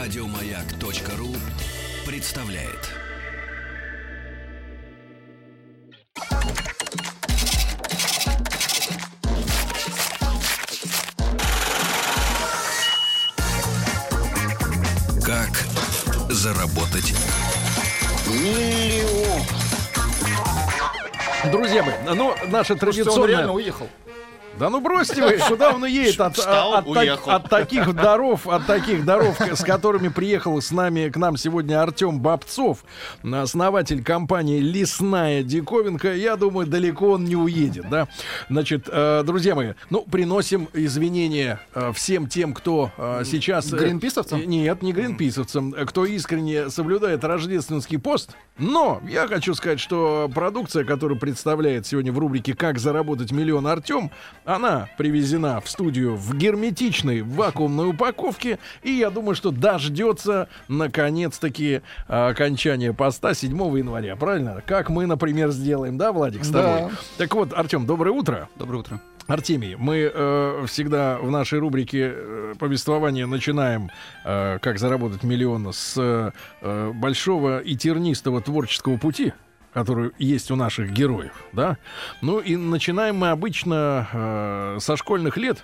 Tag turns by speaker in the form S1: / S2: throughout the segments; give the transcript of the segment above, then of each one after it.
S1: Радиомаяк.ру представляет. Как заработать
S2: Друзья мои, ну, наша
S3: Слушайте, он реально
S2: традиционная...
S3: уехал.
S2: Да ну бросьте вы, куда он едет от,
S4: Встал,
S2: от так-
S4: уехал.
S2: от таких даров, от таких даров, к- с которыми приехал с нами к нам сегодня Артем Бобцов, основатель компании «Лесная диковинка». Я думаю, далеко он не уедет, да? Значит, э, друзья мои, ну, приносим извинения э, всем тем, кто э, сейчас... э,
S3: Гринписовцам?
S2: Нет, не гринписовцам, э, кто искренне соблюдает рождественский пост. Но я хочу сказать, что продукция, которую представляет сегодня в рубрике «Как заработать миллион Артем», она привезена в студию в герметичной вакуумной упаковке, и я думаю, что дождется, наконец-таки, э, окончания поста 7 января, правильно? Как мы, например, сделаем, да, Владик, с
S3: Да.
S2: тобой? Так вот, Артем, доброе утро.
S4: Доброе утро.
S2: Артемий, мы э, всегда в нашей рубрике э, повествования начинаем э, «Как заработать миллион» с э, э, большого и тернистого творческого пути, который есть у наших героев, да? Ну и начинаем мы обычно э, со школьных лет.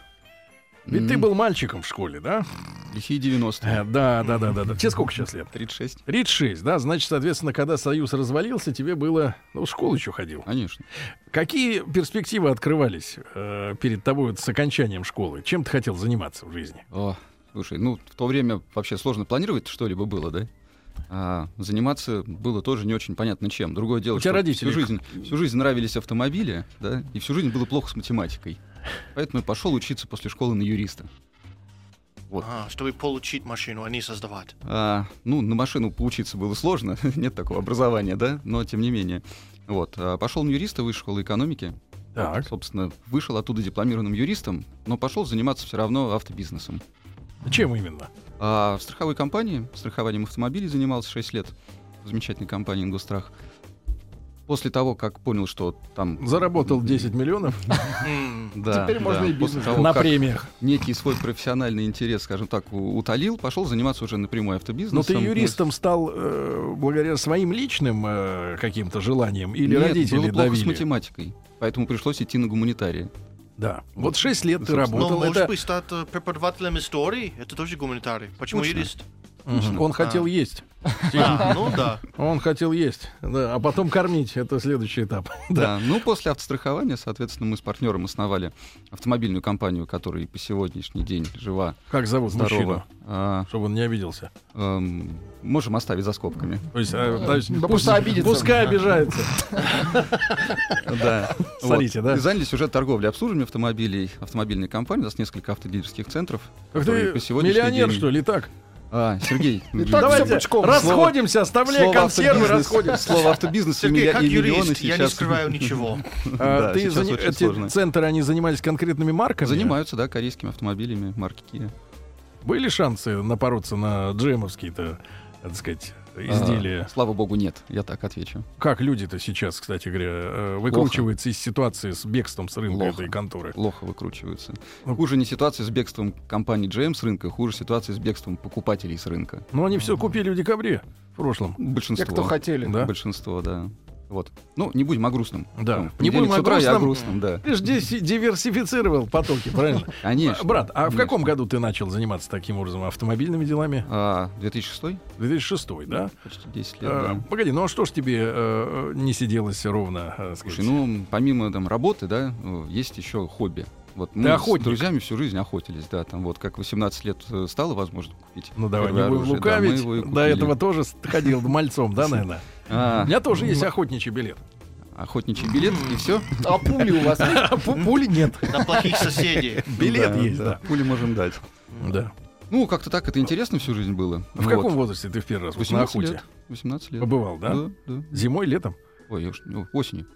S2: Ведь ты
S4: М.
S2: был мальчиком в школе, да?
S4: Лихие
S2: Э,
S4: 90-е.
S2: да, да, да, да, да. Тебе сколько сейчас лет?
S4: 36.
S2: 36, да? Значит, соответственно, когда Союз развалился, тебе было... Ну, в школу еще ходил.
S4: Конечно.
S2: Какие перспективы открывались э, перед тобой вот с окончанием школы? Чем ты хотел заниматься в жизни?
S4: О, слушай, ну в то время вообще сложно планировать что-либо было, да? А заниматься было тоже не очень понятно чем. Другое дело,
S2: У тебя
S4: что
S2: родители-
S4: всю, жизнь, всю жизнь нравились автомобили, да, и всю жизнь было плохо с математикой. Поэтому я пошел учиться после школы на юриста.
S5: А, чтобы получить машину, а не создавать.
S4: А, ну, на машину поучиться было сложно, нет такого образования, да, но тем не менее. Вот, а пошел на юриста высшей школы экономики,
S2: Так.
S4: собственно, вышел оттуда дипломированным юристом, но пошел заниматься все равно автобизнесом.
S2: Чем именно?
S4: А в страховой компании, страхованием автомобилей занимался 6 лет. В замечательной компании «Ингострах». После того, как понял, что там...
S2: Заработал 10 миллионов А
S5: М,
S4: Да,
S3: Теперь
S4: да.
S3: можно и
S4: После
S3: бизнес
S4: того,
S2: на
S4: как
S2: премиях.
S4: некий свой профессиональный интерес, скажем так, у- утолил, пошел заниматься уже напрямую
S2: Но
S4: автобизнесом.
S2: Ну, ты юристом стал э, благодаря своим личным э, каким-то желаниям или
S4: Нет,
S2: родители
S4: было плохо
S2: давили?
S4: с математикой, поэтому пришлось идти на гуманитарии.
S2: Да. Вот 6 лет ты
S4: Ну,
S5: Но
S2: работал.
S5: может
S2: это-
S5: быть стать э, преподавателем истории? Это тоже гуманитарий. Почему
S4: Точно.
S5: юрист?
S2: Мгм. Он хотел есть.
S5: А, ну да.
S2: Он хотел есть. Да, а потом кормить. Это следующий этап.
S4: Да. ну после автострахования, соответственно, мы с партнером основали автомобильную компанию, которая и по сегодняшний день жива,
S2: Как зовут мужчину?
S4: здорова. А,
S2: Чтобы он не обиделся.
S4: эм, можем оставить за скобками.
S2: То есть, э, то есть
S3: Да
S2: пусть-
S3: пускай обидится.
S2: Пускай обижается.
S4: Да.
S2: Смотрите, да?
S4: И занялись уже торговлей, обслуживанием автомобилей, автомобильной компании. У нас несколько автодилерских центров.
S2: Как
S4: которые
S2: ты
S4: по сегодняшний
S2: миллионер,
S4: день-
S2: что ли, так?
S4: А, Сергей.
S3: Так
S4: м,
S3: всё
S2: Давайте
S3: бочком.
S2: расходимся, оставляй
S4: слово
S2: а, консервы,
S4: автобизнес-
S2: расходимся.
S4: Слово автобизнес и
S5: Сергей,
S4: миллион-
S5: как
S4: и миллионы
S5: юрист, я не
S4: сейчас-
S5: скрываю ничего.
S2: А
S4: Да,
S2: ты
S4: сейчас
S2: зани-
S4: очень
S2: эти
S4: сложно.
S2: центры, они занимались конкретными марками?
S4: Занимаются, да, корейскими автомобилями марки Kia.
S2: Были шансы напороться на джемовские-то, так сказать,
S4: А,
S2: изделия?
S4: Слава богу, нет, я так отвечу.
S2: Как люди-то сейчас, кстати говоря, э, выкручиваются из ситуации с бегством с рынка
S4: Плохо.
S2: этой конторы?
S4: Плохо выкручиваются.
S2: Ну,
S4: Хуже не ситуация с бегством компании GM с рынка, хуже ситуация с бегством покупателей с рынка.
S2: Но Ну, они все купили в декабре в прошлом.
S4: Большинство.
S3: Те, кто хотели.
S2: Да?
S4: Большинство, да. Вот. Ну, не будем о грустном.
S2: Да.
S4: Там, в
S2: Не
S4: понедельник
S2: будем
S4: с
S2: о
S4: утра я о
S2: грустном.
S4: грустном, да.
S2: Ты же диси- диверсифицировал потоки, правильно?
S4: Конечно.
S2: Брат, а в
S4: конечно.
S2: каком году ты начал заниматься таким образом автомобильными делами?
S4: А, 2006?
S2: 2006, да?
S4: Почти 10 лет,
S2: Э,
S4: да.
S2: Погоди, ну а что ж тебе э, не сиделось ровно? э, сказать?
S4: Слушай, ну, помимо там работы, да, э, есть еще хобби. Вот мы
S2: Ты охотник.
S4: с друзьями всю жизнь охотились, да, там вот как 18 лет э, стало возможно купить.
S2: Ну давай не
S4: первое
S2: будем
S4: оружие, да, мы
S2: лукавить.
S4: его и
S2: До
S4: купили.
S2: этого тоже с- ходил мальцом, да, наверное? У
S4: А,
S2: меня тоже есть охотничий билет.
S4: охотничий билет и все.
S3: А пули у вас есть?
S2: Пули нет.
S5: На плохих соседей.
S2: Билет есть, да.
S4: Пули можем дать.
S2: Да.
S4: Ну, как-то так это интересно всю жизнь было.
S2: В
S4: Вот.
S2: каком возрасте ты в первый раз вот на
S4: 18
S2: охоте
S4: лет. Ну, 18 лет.
S2: побывал, да?
S4: Да, да.
S2: Зимой, летом?
S4: Ой, я уж- о, осенью.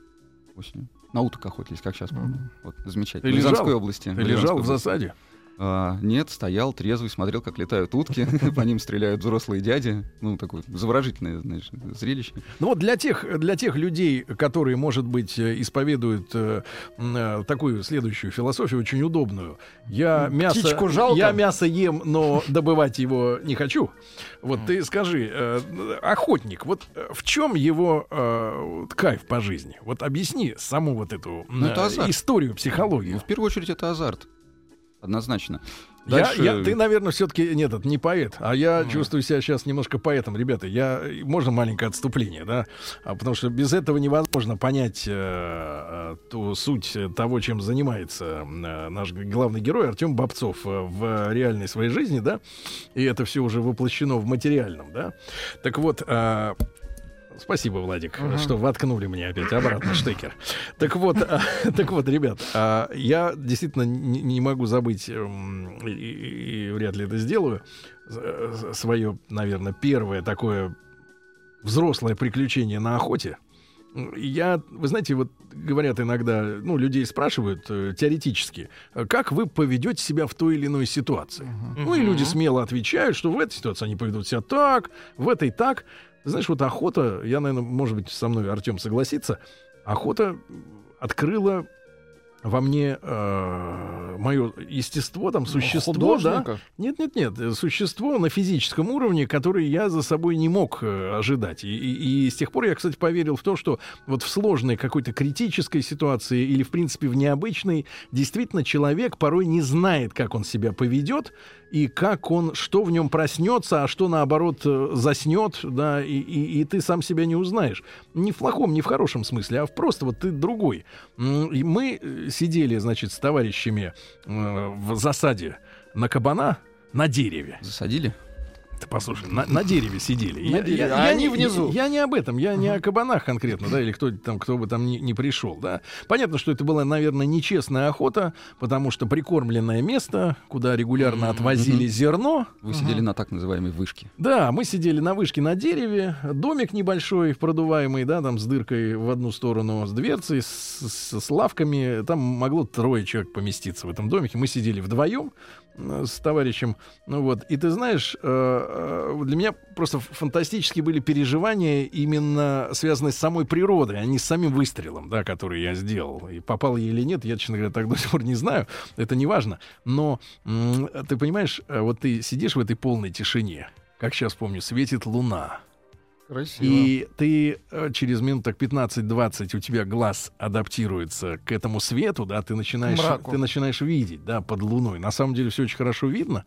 S4: Осенью. На уток охотились, как сейчас помню. Вот, замечательно.
S2: Ты
S4: в Рязанской
S2: лежал?
S4: области.
S2: Ты
S4: в Рязанской
S2: лежал в
S4: области.
S2: засаде?
S4: А, нет, стоял трезвый, смотрел, как летают утки, по ним стреляют взрослые дяди. Ну, такое заворожительное, знаешь, зрелище.
S2: Ну вот для тех, для тех людей, которые, может быть, э, исповедуют э, м, э, такую следующую философию, очень удобную. Я мясо,
S3: Птичку жалко.
S2: я мясо ем, но добывать его не хочу. Вот ты скажи, э, охотник, вот э, в чем его э, вот кайф по жизни? Вот объясни саму вот эту
S4: Ну, это
S2: э,
S4: азарт.
S2: историю,
S4: Ну,
S2: психологию.
S4: в первую очередь, это азарт. Однозначно.
S2: Я-
S4: Дальше-
S2: я- ты, наверное, все-таки нет, это не поэт, а я чувствую себя сейчас немножко поэтом, ребята. Я можно маленькое отступление, да, а, потому что без этого невозможно понять э, э, ту суть э, того, чем занимается э, наш г- главный герой Артем Бобцов э, в реальной своей жизни, да, и это все уже воплощено в материальном, да. Так вот. э, Спасибо, Владик, что воткнули мне опять обратно штекер. Так вот, а, так вот, ребят, а, я действительно не не могу забыть, эм, и- и и вряд ли это сделаю, э, свое, наверное, первое такое взрослое приключение на охоте. Я, вы знаете, вот говорят иногда, ну, людей спрашивают э, теоретически, э, как вы поведете себя в той или иной ситуации. Ну, и люди смело отвечают, что в этой ситуации они поведут себя так, в этой так. Ты Знаешь, вот охота, я, наверное, может быть, со мной Артем согласится, охота открыла во мне мое естество, там,
S3: Ну,
S2: существо, да,
S3: Художника.
S2: нет, нет, нет, э, существо на физическом уровне, которое я за собой не мог э, ожидать. И, и- и с тех пор я, кстати, поверил в то, что вот в сложной какой-то критической ситуации или, в принципе, в необычной, действительно, человек порой не знает, как он себя поведет и как он, что в нем проснется, а что, наоборот, э, заснет, да, и, и- и ты сам себя не узнаешь. Не в плохом, не в хорошем смысле, а в просто вот ты другой. М, И мы э, сидели, значит, с товарищами э, в засаде на кабана на дереве.
S4: Засадили?
S2: Ты послушай, на, на дереве сидели.
S3: На дереве, а они
S2: не-
S3: внизу.
S2: Я, не об этом, я не о кабанах конкретно, да, или кто там, кто бы там ни, ни пришел, да. Понятно, что это была, наверное, нечестная охота, потому что прикормленное место, куда регулярно отвозили зерно,
S4: Вы сидели на так называемой вышке.
S2: да, мы сидели на вышке на дереве, домик небольшой, продуваемый, да, там с дыркой в одну сторону, с дверцей, с, с- с лавками. Там могло трое человек поместиться в этом домике. Мы сидели вдвоем э, с товарищем. Ну вот, и ты знаешь, э, э, для меня просто ф- фантастические были переживания, именно связанные с самой природой, а не с самим выстрелом, да, который я сделал. И попал я или нет, я, честно говоря, так до сих пор не знаю. Это не важно. Но м, ты понимаешь, э, вот ты сидишь в этой полной тишине, как сейчас помню, светит луна.
S3: Красиво.
S2: И ты э, через минут так 15-20 у тебя глаз адаптируется к этому свету, да, ты начинаешь,
S3: К мраку.
S2: ты начинаешь видеть, да, под луной. На самом деле все очень хорошо видно.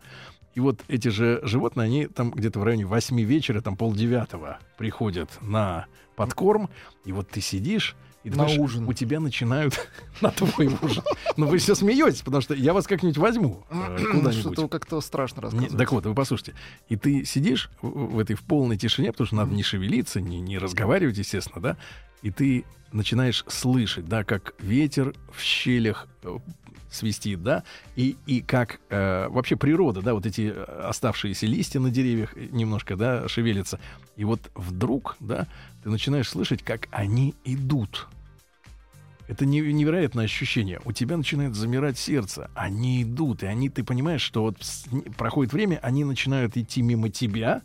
S2: И вот эти же животные, они там где-то в районе 8 вечера, там полдевятого приходят на подкорм, и вот ты сидишь, и ты
S3: На
S2: понимаешь,
S3: ужин.
S2: у тебя начинают на твой ужин. Ну вы все смеетесь, потому что я вас как-нибудь возьму э, куда-нибудь.
S3: Что-то как-то страшно
S2: Не,
S3: рассказывать.
S2: так вот, вы послушайте. И ты сидишь в в этой в полной тишине, потому что надо не шевелиться, не, не разговаривать, естественно, да? И ты начинаешь слышать, да, как ветер в щелях э, свистит, да, и, и как э, вообще природа, да, вот эти э, оставшиеся листья на деревьях э, немножко, да, шевелятся. И вот вдруг, да, ты начинаешь слышать, как они идут. Это не- невероятное ощущение. У тебя начинает замирать сердце. Они идут, и они, ты понимаешь, что вот с- проходит время, они начинают идти мимо тебя.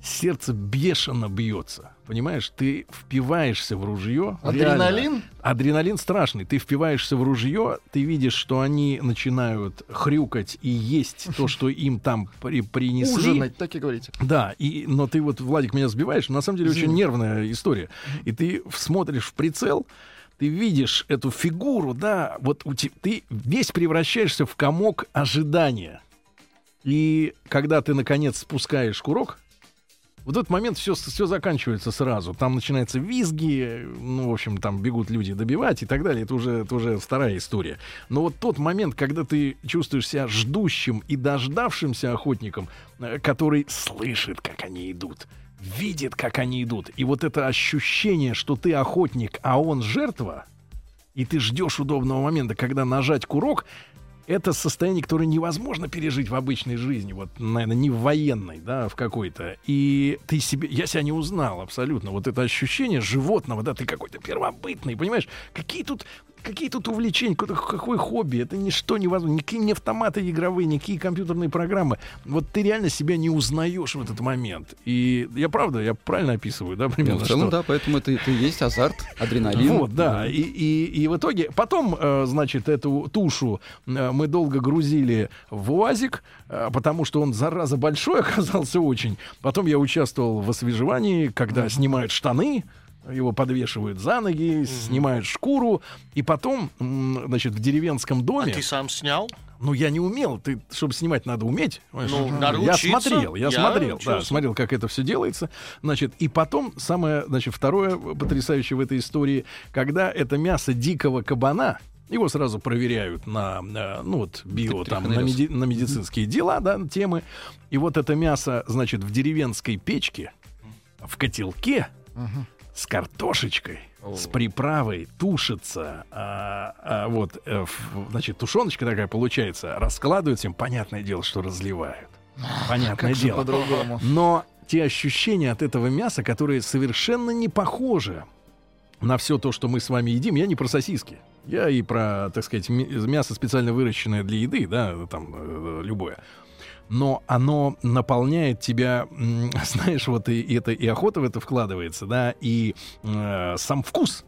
S2: Сердце бешено бьется. Понимаешь, ты впиваешься в ружье. реально.
S3: Адреналин?
S2: Адреналин страшный. Ты впиваешься в ружье, ты видишь, что они начинают хрюкать и есть то, что им там при- принесли.
S3: Ужинать, так и говорите.
S2: Да, и, но ты вот, Владик, меня сбиваешь, но на самом деле очень нервная история. И ты смотришь в прицел, ты видишь эту фигуру, да, вот у те- ты весь превращаешься в комок ожидания. И когда ты, наконец, спускаешь курок, в этот момент все, все заканчивается сразу. Там начинаются визги, ну, в общем, там бегут люди добивать и так далее. Это уже, это уже вторая история. Но вот тот момент, когда ты чувствуешь себя ждущим и дождавшимся охотником, э, который слышит, как они идут, видит, как они идут. И вот это ощущение, что ты охотник, а он жертва, и ты ждешь удобного момента, когда нажать курок, это состояние, которое невозможно пережить в обычной жизни, вот, наверное, не в военной, да, а в какой-то. И ты себе, я себя не узнал абсолютно, вот это ощущение животного, да, ты какой-то первобытный, понимаешь, какие тут Какие тут увлечения, какое, какое хобби, это ничто невозможно. Никакие не автоматы игровые, никакие компьютерные программы. Вот ты реально себя не узнаешь в этот момент. И я правда, я правильно описываю, да,
S4: Ну,
S2: примерно?
S4: в целом,
S2: что?
S4: да, поэтому это, это и есть азарт, адреналин.
S2: Вот, да. И, и, и в итоге потом, э, значит, эту тушу э, мы долго грузили в УАЗик, э, потому что он, зараза, большой оказался очень. Потом я участвовал в освежевании, когда снимают штаны, его подвешивают за ноги, снимают шкуру, и потом, м, значит, в деревенском
S5: А
S2: доме...
S5: ты сам снял?
S2: Ну, я не умел. Ты, чтобы снимать, надо уметь. понимаешь?
S5: Ну, надо
S2: я
S5: учиться.
S2: смотрел, я,
S5: Я
S2: смотрел, да,
S5: учился.
S2: смотрел, как это все делается. Значит, и потом самое, значит, второе потрясающее в этой истории, когда это мясо дикого кабана, его сразу проверяют на, э, ну вот, био, там, на,
S4: Трихонеллез.
S2: меди- на медицинские дела, да, темы. И вот это мясо, значит, в деревенской печке, в котелке, с картошечкой, с приправой тушится. а, а, вот, э, ф- значит, тушеночка такая получается. Раскладывают всем. Понятное дело, что разливают. Понятное
S3: Как же
S2: дело.
S3: по-другому.
S2: Но те ощущения от этого мяса, которые совершенно не похожи на все то, что мы с вами едим, я не про сосиски. Я и про, так сказать, ми- мясо специально выращенное для еды, да, там э, любое. Но оно наполняет тебя, м, знаешь, вот и, и это и охота в это вкладывается, да, и э, сам вкус,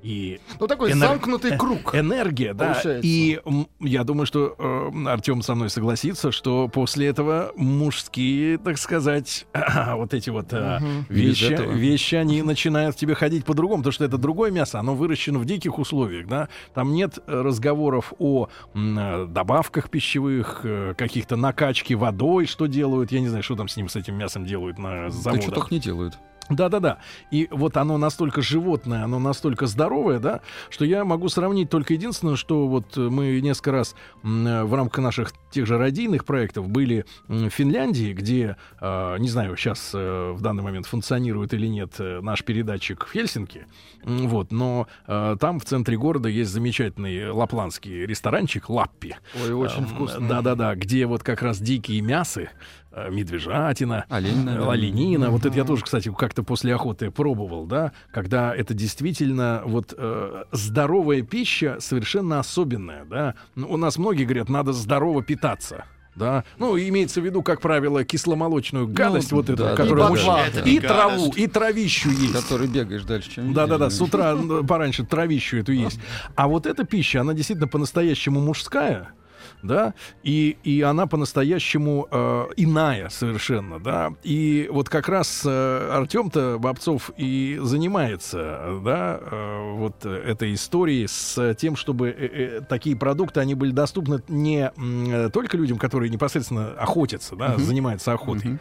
S2: и
S3: Ну такой
S2: Энер-
S3: замкнутый круг.
S2: Энергия, да.
S3: Получается.
S2: И м, я думаю, что Артем со мной согласится, что после этого мужские, так сказать, вот эти вот э,
S3: Мгм.
S2: вещи,
S4: Без этого.
S2: вещи, они начинают в тебе ходить по-другому, потому что это другое мясо, оно выращено в диких условиях, да. Там нет э, разговоров о м, э, добавках пищевых, э, каких-то накачки водой, что делают, я не знаю, что там с ним, с этим мясом делают на
S4: Да что
S2: заводах.
S4: только не делают.
S2: Да-да-да. И вот оно настолько животное, оно настолько здоровое, да, что я могу сравнить только единственное, что вот э, мы несколько раз м, э, в рамках наших тех же радийных проектов были м, в Финляндии, где, э, не знаю, сейчас в данный момент функционирует или нет э, наш передатчик в Хельсинки, М, вот, но э, там в центре города есть замечательный лапландский ресторанчик Лаппи.
S3: Ой, очень вкусно.
S2: вкусный. Да-да-да, где вот как раз дикие мясы, э, медвежатина,
S3: А
S4: Олень, наверное.
S2: Оленина. Э, Вот это я тоже, кстати, как-то после охоты пробовал, да, когда это действительно вот э, здоровая пища совершенно особенная, да. Ну, У нас многие говорят, надо здорово питаться. Да. Ну, имеется в виду, как правило, кисломолочную гадость, вот эту,
S4: Ну, да,
S2: которую
S4: да,
S2: мужчина-
S4: да,
S5: Это
S2: И
S5: не
S2: траву,
S5: гадость.
S2: и травищу есть.
S4: Который бегаешь дальше, чем
S2: Да, да, да,
S4: видели.
S2: с утра ну, пораньше травищу эту есть. А вот эта пища, она действительно по-настоящему мужская. Да, и, и она по-настоящему э, иная совершенно, да. И вот как раз э, Артем-то Бобцов и занимается, да, э, вот э, этой историей с тем, чтобы э, э, такие продукты, они были доступны не м, э, только людям, которые непосредственно охотятся, да, занимаются охотой,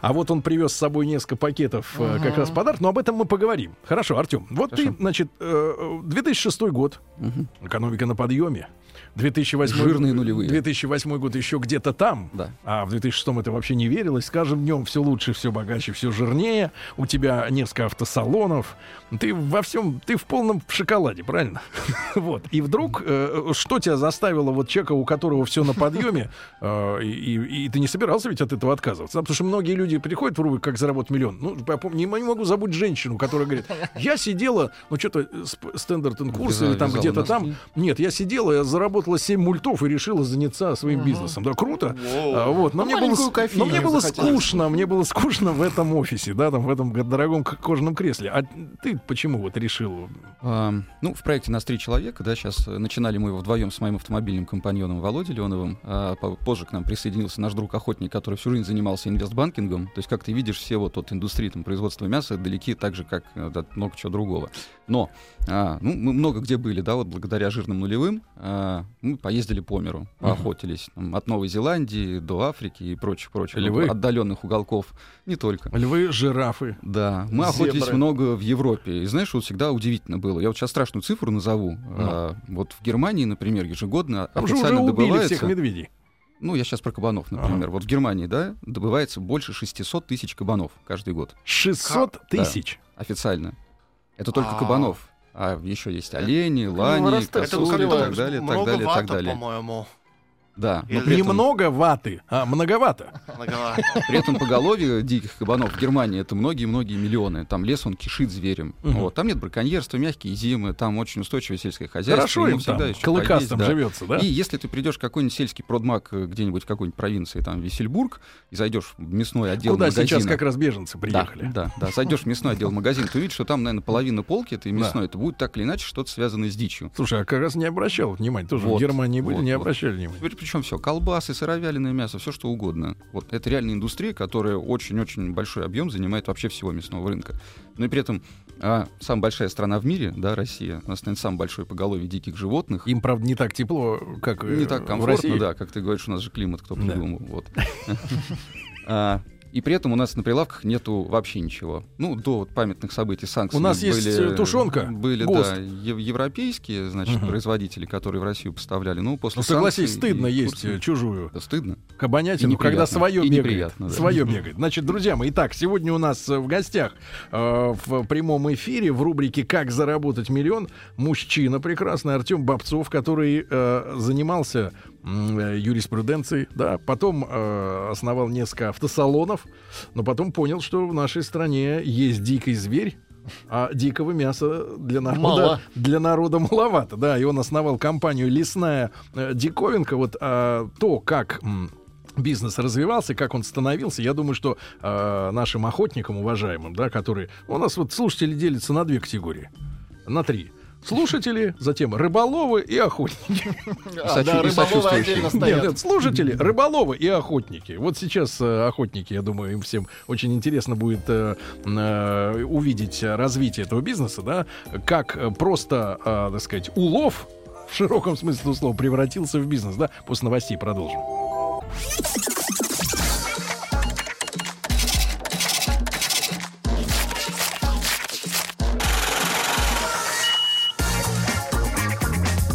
S2: а вот он привез с собой несколько пакетов э, как раз подарок, но об этом мы поговорим. Хорошо, Артем. Вот ты, значит, э, э, 2006 год,
S4: Мгм.
S2: экономика на подъеме. 2008
S4: Жирные нулевые.
S2: 2008 год еще где-то там.
S4: Да.
S2: А в 2006 это вообще не верилось. С каждым днем все лучше, все богаче, все жирнее. У тебя несколько автосалонов. Ты во всем, ты в полном шоколаде, правильно? Вот. И вдруг, э, что тебя заставило вот человека, у которого все на подъеме, э, и, и- и ты не собирался ведь от этого отказываться? Да, Потому что многие люди приходят в рубрику «Как заработать миллион». Ну, я помню, не, м- не могу забыть женщину, которая говорит, я сидела, ну, что-то Стендарт курс или там
S4: Вязала
S2: где-то там.
S4: носки.
S2: Нет, я сидела, я заработала 7 мультов и решила заняться своим бизнесом. Да, круто.
S5: Воу.
S2: А, вот. Но,
S3: Ну,
S2: мне было,
S3: маленькую
S2: с- но мне
S3: кофейню
S2: было
S3: захотелось.
S2: скучно, мне было скучно в этом офисе, да, там в этом г- дорогом к- кожаном кресле. А ты почему вот решил?
S4: А, ну, в проекте нас три человека, да, сейчас начинали мы его вдвоем с моим автомобильным компаньоном Володей Леоновым. А, по- позже к нам присоединился наш друг-охотник, который всю жизнь занимался инвестбанкингом. То есть, как ты видишь, все вот от индустрии там, производства мяса далеки так же, как э, от много чего другого. Но а, ну, мы много где были, да, вот благодаря жирным нулевым а, мы поездили по миру, поохотились. там, от Новой Зеландии до Африки и прочих-прочих
S2: Львы?
S4: отдаленных уголков. Не только.
S2: Львы, жирафы.
S4: Да, мы
S3: Зебры.
S4: охотились много в Европе. И знаешь, вот всегда удивительно было. Я вот сейчас страшную цифру назову. А, вот в Германии, например, ежегодно
S2: Ну. Там же уже
S4: официально
S2: убили
S4: добывается...
S2: всех медведей.
S4: Ну, я сейчас про кабанов, например. Вот в Германии, да, добывается больше 600 тысяч кабанов каждый год.
S2: 600 тысяч.
S4: Официально. Это только
S5: А.
S4: кабанов. А еще есть олени, лани,
S2: ну,
S3: вырастает,
S4: косули и
S5: как-то
S4: так далее, и так далее, и так
S5: многовато,
S4: далее.
S5: по-моему.
S4: Да. но при этом-
S2: Немного ваты, а многовато.
S5: Многовато.
S4: При этом поголовье диких кабанов в Германии это многие-многие миллионы. Там лес, он кишит зверем.
S2: Мгм.
S4: Вот. Там нет браконьерства, мягкие зимы, там очень устойчивое сельское хозяйство.
S2: Хорошо
S4: ему
S2: им там,
S4: всегда есть что
S2: клыкастым
S4: поесть, да.
S2: живется, да?
S4: И если ты придешь в какой-нибудь сельский продмаг э, где-нибудь в какой-нибудь провинции, там, Весельбург, и зайдешь в мясной отдел
S2: Куда
S4: магазина...
S2: сейчас как раз беженцы
S4: Да,
S2: приехали.
S4: Да, да, зайдешь в мясной отдел магазина, ты увидишь, что там, наверное, половина полки этой
S2: Да.
S4: мясной, это будет так или иначе что-то связанное с дичью.
S2: Слушай, а как раз не обращал внимания. Тоже в
S4: Вот,
S2: Германии были,
S4: вот,
S2: не
S4: вот.
S2: обращали внимания.
S4: Причем все, колбасы, сыровяленое мясо, все что угодно. Вот это реально индустрия, которая очень-очень большой объем занимает вообще всего мясного рынка. Но и при этом а, самая большая страна в мире, да, Россия, у нас, наверное, самое большое поголовье диких животных.
S2: Им, правда, не так тепло, как э,
S4: Не так
S2: в
S4: комфортно,
S2: России.
S4: да, как ты говоришь, у нас же климат кто
S2: Да.
S4: придумал. Вот. А, И при этом у нас на прилавках нету вообще ничего. Ну, до вот памятных событий санкций.
S2: У нас есть,
S4: были-
S2: э, тушенка,
S4: Были,
S2: ГОСТ.
S4: да, ев- европейские, значит,
S2: Мгм.
S4: производители, которые в Россию поставляли. Ну, после
S2: Ну, согласись,
S4: санкций и
S2: стыдно есть
S4: Турции-
S2: э, чужую.
S4: Да стыдно. И
S2: Кабанятину, когда
S4: неприятно.
S2: свое
S4: И
S2: бегает.
S4: неприятно, да.
S2: Свое бегает. Значит, друзья мои, итак, сегодня у нас э, в гостях э, в прямом эфире в рубрике «Как заработать миллион» мужчина прекрасный Артем Бобцов, который э, занимался м, э, юриспруденцией, да, потом э, основал несколько автосалонов, но потом понял, что в нашей стране есть дикий зверь, а дикого мяса для народа,
S3: Мало.
S2: для народа маловато. Да, и он основал компанию «Лесная э, диковинка». Вот а, то, как м, бизнес развивался, как он становился, я думаю, что а, нашим охотникам уважаемым, да, которые... У нас вот слушатели делятся на две категории, на три. Слушатели, затем рыболовы и охотники.
S3: А, да,
S4: и
S3: рыболовы
S4: сочувствующие.
S3: отдельно
S2: Нет,
S3: стоят.
S2: нет, слушатели, рыболовы и охотники. Вот сейчас э, охотники, я думаю, им всем очень интересно будет э, э, увидеть э, развитие этого бизнеса, да, как э, просто, э, так сказать, улов в широком смысле этого слова превратился в бизнес, да. После новостей продолжим.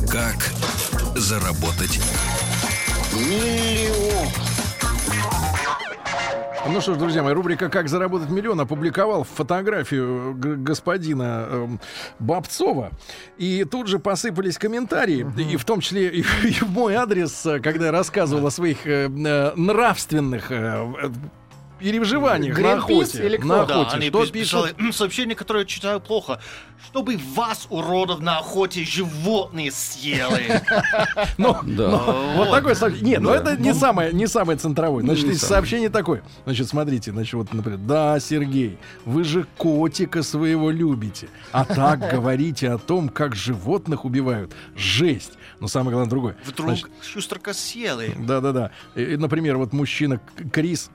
S1: Как заработать?
S2: Ну что ж, друзья мои, рубрика «Как заработать миллион» опубликовал фотографию г- господина эм, Бобцова. И тут же посыпались комментарии, и в том числе и, в- и в мой адрес, э, когда я рассказывал о своих э, э, нравственных э, э, переживаниях на
S3: Гринпис
S2: охоте.
S3: или кто?
S2: На
S5: Ну Да,
S2: охоте.
S5: они
S2: Что
S5: пис- писали
S2: пишут?
S5: «М, сообщение, которое я читаю плохо. Чтобы вас, уродов, на охоте животные съели.
S2: Ну,
S4: Да.
S2: ну, вот
S5: Вот.
S2: такое сообщение. Нет, ну
S4: А, Да.
S2: это не самое, не самое центровое. Значит,
S4: не
S2: есть
S4: самое.
S2: сообщение такое. Значит, смотрите, значит, вот, например, да, Сергей, вы же котика своего любите, а так говорите о том, как животных убивают. Жесть. Но самое главное другое. Значит,
S5: Вдруг шустрика съели.
S2: Да-да-да. И, Например, вот мужчина К- Крис,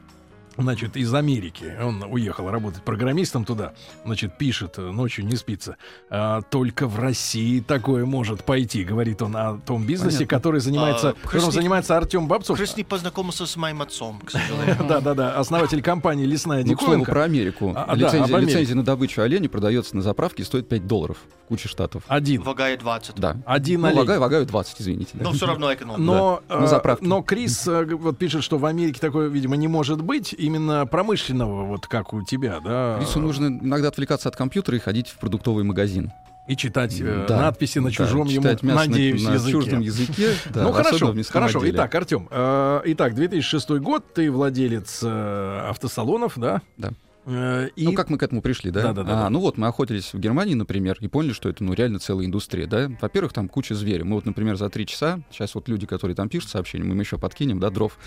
S2: значит, из Америки. Он уехал работать программистом туда. Значит, пишет, э, ночью не спится. «А, только в России такое может пойти, говорит он о том бизнесе,
S4: Понятно.
S2: который занимается,
S5: А,
S2: которым
S5: Крис-
S2: занимается Артем Бабцов.
S5: Крис не познакомился с моим отцом, к сожалению.
S2: Да-да-да, основатель компании «Лесная
S4: Ну, к слову,
S2: диковинка».
S4: про Америку.
S2: А, а, да,
S4: лицензия,
S2: об Америке.
S4: лицензия на добычу оленей продается на заправке и стоит 5 долларов в куче штатов.
S2: Один.
S5: Вагая 20.
S4: Да.
S2: А, Один
S4: Ну,
S2: олень.
S4: вагаю, вагаю 20, извините. да.
S5: Но все равно эконом.
S2: Но,
S4: Да, на
S2: э,
S4: заправке.
S2: но Крис э, г- вот пишет, что в Америке такое, видимо, не может быть именно промышленного, вот как у тебя, да.
S4: Крису нужно иногда отвлекаться от компьютера и ходить в продуктовый магазин.
S2: и читать э,
S4: Да,
S2: надписи на
S4: да,
S2: чужом
S4: читать
S2: ему,
S4: мясо на-
S2: надеюсь,
S4: на,
S2: языке.
S4: чуждом языке. да,
S2: ну
S4: особенно
S2: хорошо,
S4: в мясном
S2: хорошо.
S4: отделе.
S2: Итак, Артем. э, итак, 2006 год, ты владелец э, автосалонов, да?
S4: Да.
S2: Э, и
S4: Ну, как мы к этому пришли, да?
S2: Да-да-да,
S4: А,
S2: да.
S4: Ну вот, мы охотились в Германии, например, и поняли, что это, ну, реально целая индустрия, да? Во-первых, там куча зверя. Мы вот, например, за три часа, сейчас вот люди, которые там пишут сообщения, мы им еще подкинем, да, дров.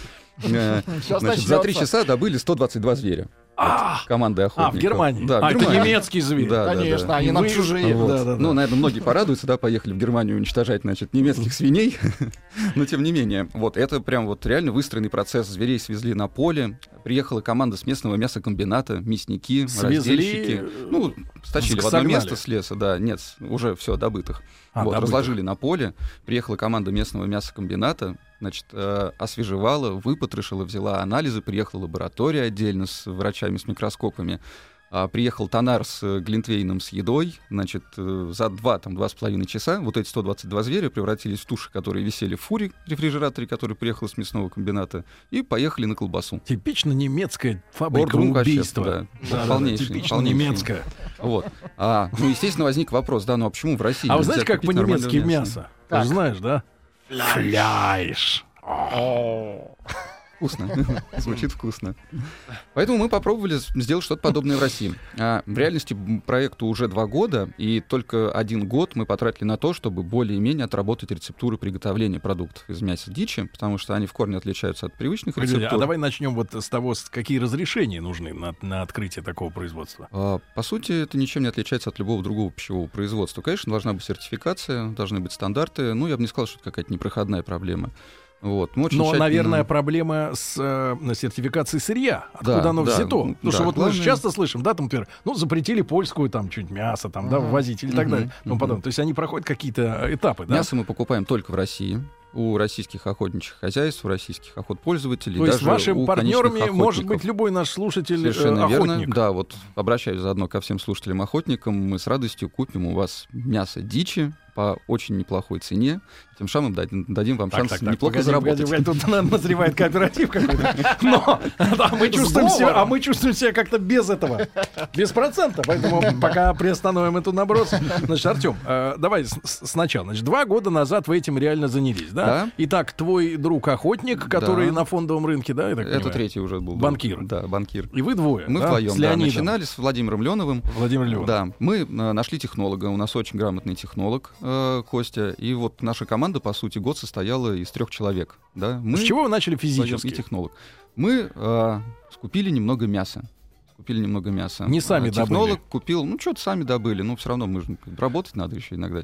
S4: Э,
S3: Сейчас
S4: Значит, за три
S3: начнется.
S4: часа добыли 122 зверя.
S2: А,
S4: Команды
S2: а,
S4: охотников.
S2: в Германии.
S4: Да, в
S2: а, это
S4: Германии.
S2: немецкий зверь.
S4: Да, да, да.
S3: Конечно, они нам
S2: Вы-
S3: чужие.
S4: Вот.
S2: Да, да, да.
S4: Ну, наверное, многие порадуются, да, поехали в Германию уничтожать, значит, немецких свиней. Но тем не менее, вот это прям вот реально выстроенный процесс. Зверей свезли на поле, приехала команда с местного мясокомбината, мясники,
S2: Свезли,
S4: раздельщики. Ну, стащили в одно
S2: согнали.
S4: место с леса, да, нет, с- уже все добытых.
S2: А,
S4: вот,
S2: добытых.
S4: разложили на поле, приехала команда местного мясокомбината, значит, э, освежевала, выпотрошила, взяла анализы, приехала лаборатория отдельно с врачами, с микроскопами. А, Приехал тонар с э, глинтвейном с едой, значит, э, за два, там, два с половиной часа вот эти 122 зверя превратились в туши, которые висели в фуре рефрижераторе, который приехал с мясного комбината, и поехали на колбасу.
S2: Типично немецкая фабрика
S4: Ордрук вообще,
S2: убийства.
S4: да.
S2: Да-да-да,
S4: Полнейший,
S2: типично
S4: полнейший.
S2: немецкая.
S4: Вот. А, ну, естественно, возник вопрос, да, ну а почему в России
S2: А вы
S4: нельзя
S2: знаете, как
S4: купить нормального
S2: по-немецки мясо? Ты
S3: Как?
S2: же знаешь, да?
S5: Фляж.
S2: Фляйш.
S4: Вкусно. Звучит вкусно. Поэтому мы попробовали с- сделать что-то подобное в России. А, в реальности м, проекту уже два года, и только один год мы потратили на то, чтобы более-менее отработать рецептуры приготовления продуктов из мяса дичи, потому что они в корне отличаются от привычных
S2: Погоди,
S4: рецептур.
S2: а давай начнем вот с того, с- какие разрешения нужны на, на открытие такого производства.
S4: А, По сути, это ничем не отличается от любого другого пищевого производства. Конечно, должна быть сертификация, должны быть стандарты. Ну, я бы не сказал, что это какая-то непроходная проблема. Вот. Мы очень
S2: Но,
S4: тщательно-
S2: наверное, проблема с э, сертификацией сырья. Откуда
S4: Да,
S2: оно
S4: да,
S2: взято?
S4: м,
S2: Потому что
S4: да,
S2: вот мы же
S4: главное-
S2: часто слышим, да, там, например, ну, запретили польскую, там, чуть мясо, там, да,
S3: Мгм.
S2: ввозить или так
S4: Мгм,
S2: далее. Ну,
S4: мгм.
S2: потом, то есть они проходят какие-то э, этапы, да?
S4: Мясо мы покупаем только в России у российских охотничьих хозяйств, у российских охотпользователей.
S2: То есть
S4: даже
S2: вашими
S4: у конечных
S2: партнерами может
S4: охотников.
S2: быть любой наш слушатель э,
S4: Совершенно
S2: охотник.
S4: верно. Да, вот обращаюсь заодно ко всем слушателям-охотникам. Мы с радостью купим у вас мясо дичи по очень неплохой цене. Тем самым дадим, дадим вам шанс неплохо
S2: погоди,
S4: заработать.
S2: погоди, погоди, тут на- назревает кооператив какой-то. Но а мы, чувствуем себя, а мы чувствуем себя как-то без этого, без процента. Поэтому пока приостановим эту наброс. Значит, Артем, э, давай с- с- сначала. Значит, два года назад вы этим реально занялись, да?
S4: Да.
S2: Итак, твой друг-охотник, который
S4: Да.
S2: на фондовом рынке, да, я так
S4: Это
S2: понимаю?
S4: третий уже был. друг.
S2: Банкир.
S4: Да, банкир.
S2: И вы двое,
S4: Мы
S2: да?
S4: вдвоем
S2: с
S4: да,
S2: Леонидом.
S4: начинали с Владимиром Леоновым.
S2: Владимир Леонов.
S4: Да, мы э, нашли технолога, у нас очень грамотный технолог э, Костя, и вот наша команда, по сути, год состояла из трех человек, да. Мы
S2: С чего вы начали
S4: вдвоем и
S2: физически?
S4: технолог. Мы э, скупили немного мяса. Купили немного мяса.
S2: Не сами
S4: А, Технолог
S2: добыли.
S4: купил, ну что-то сами добыли, но все равно мы же работать надо еще иногда.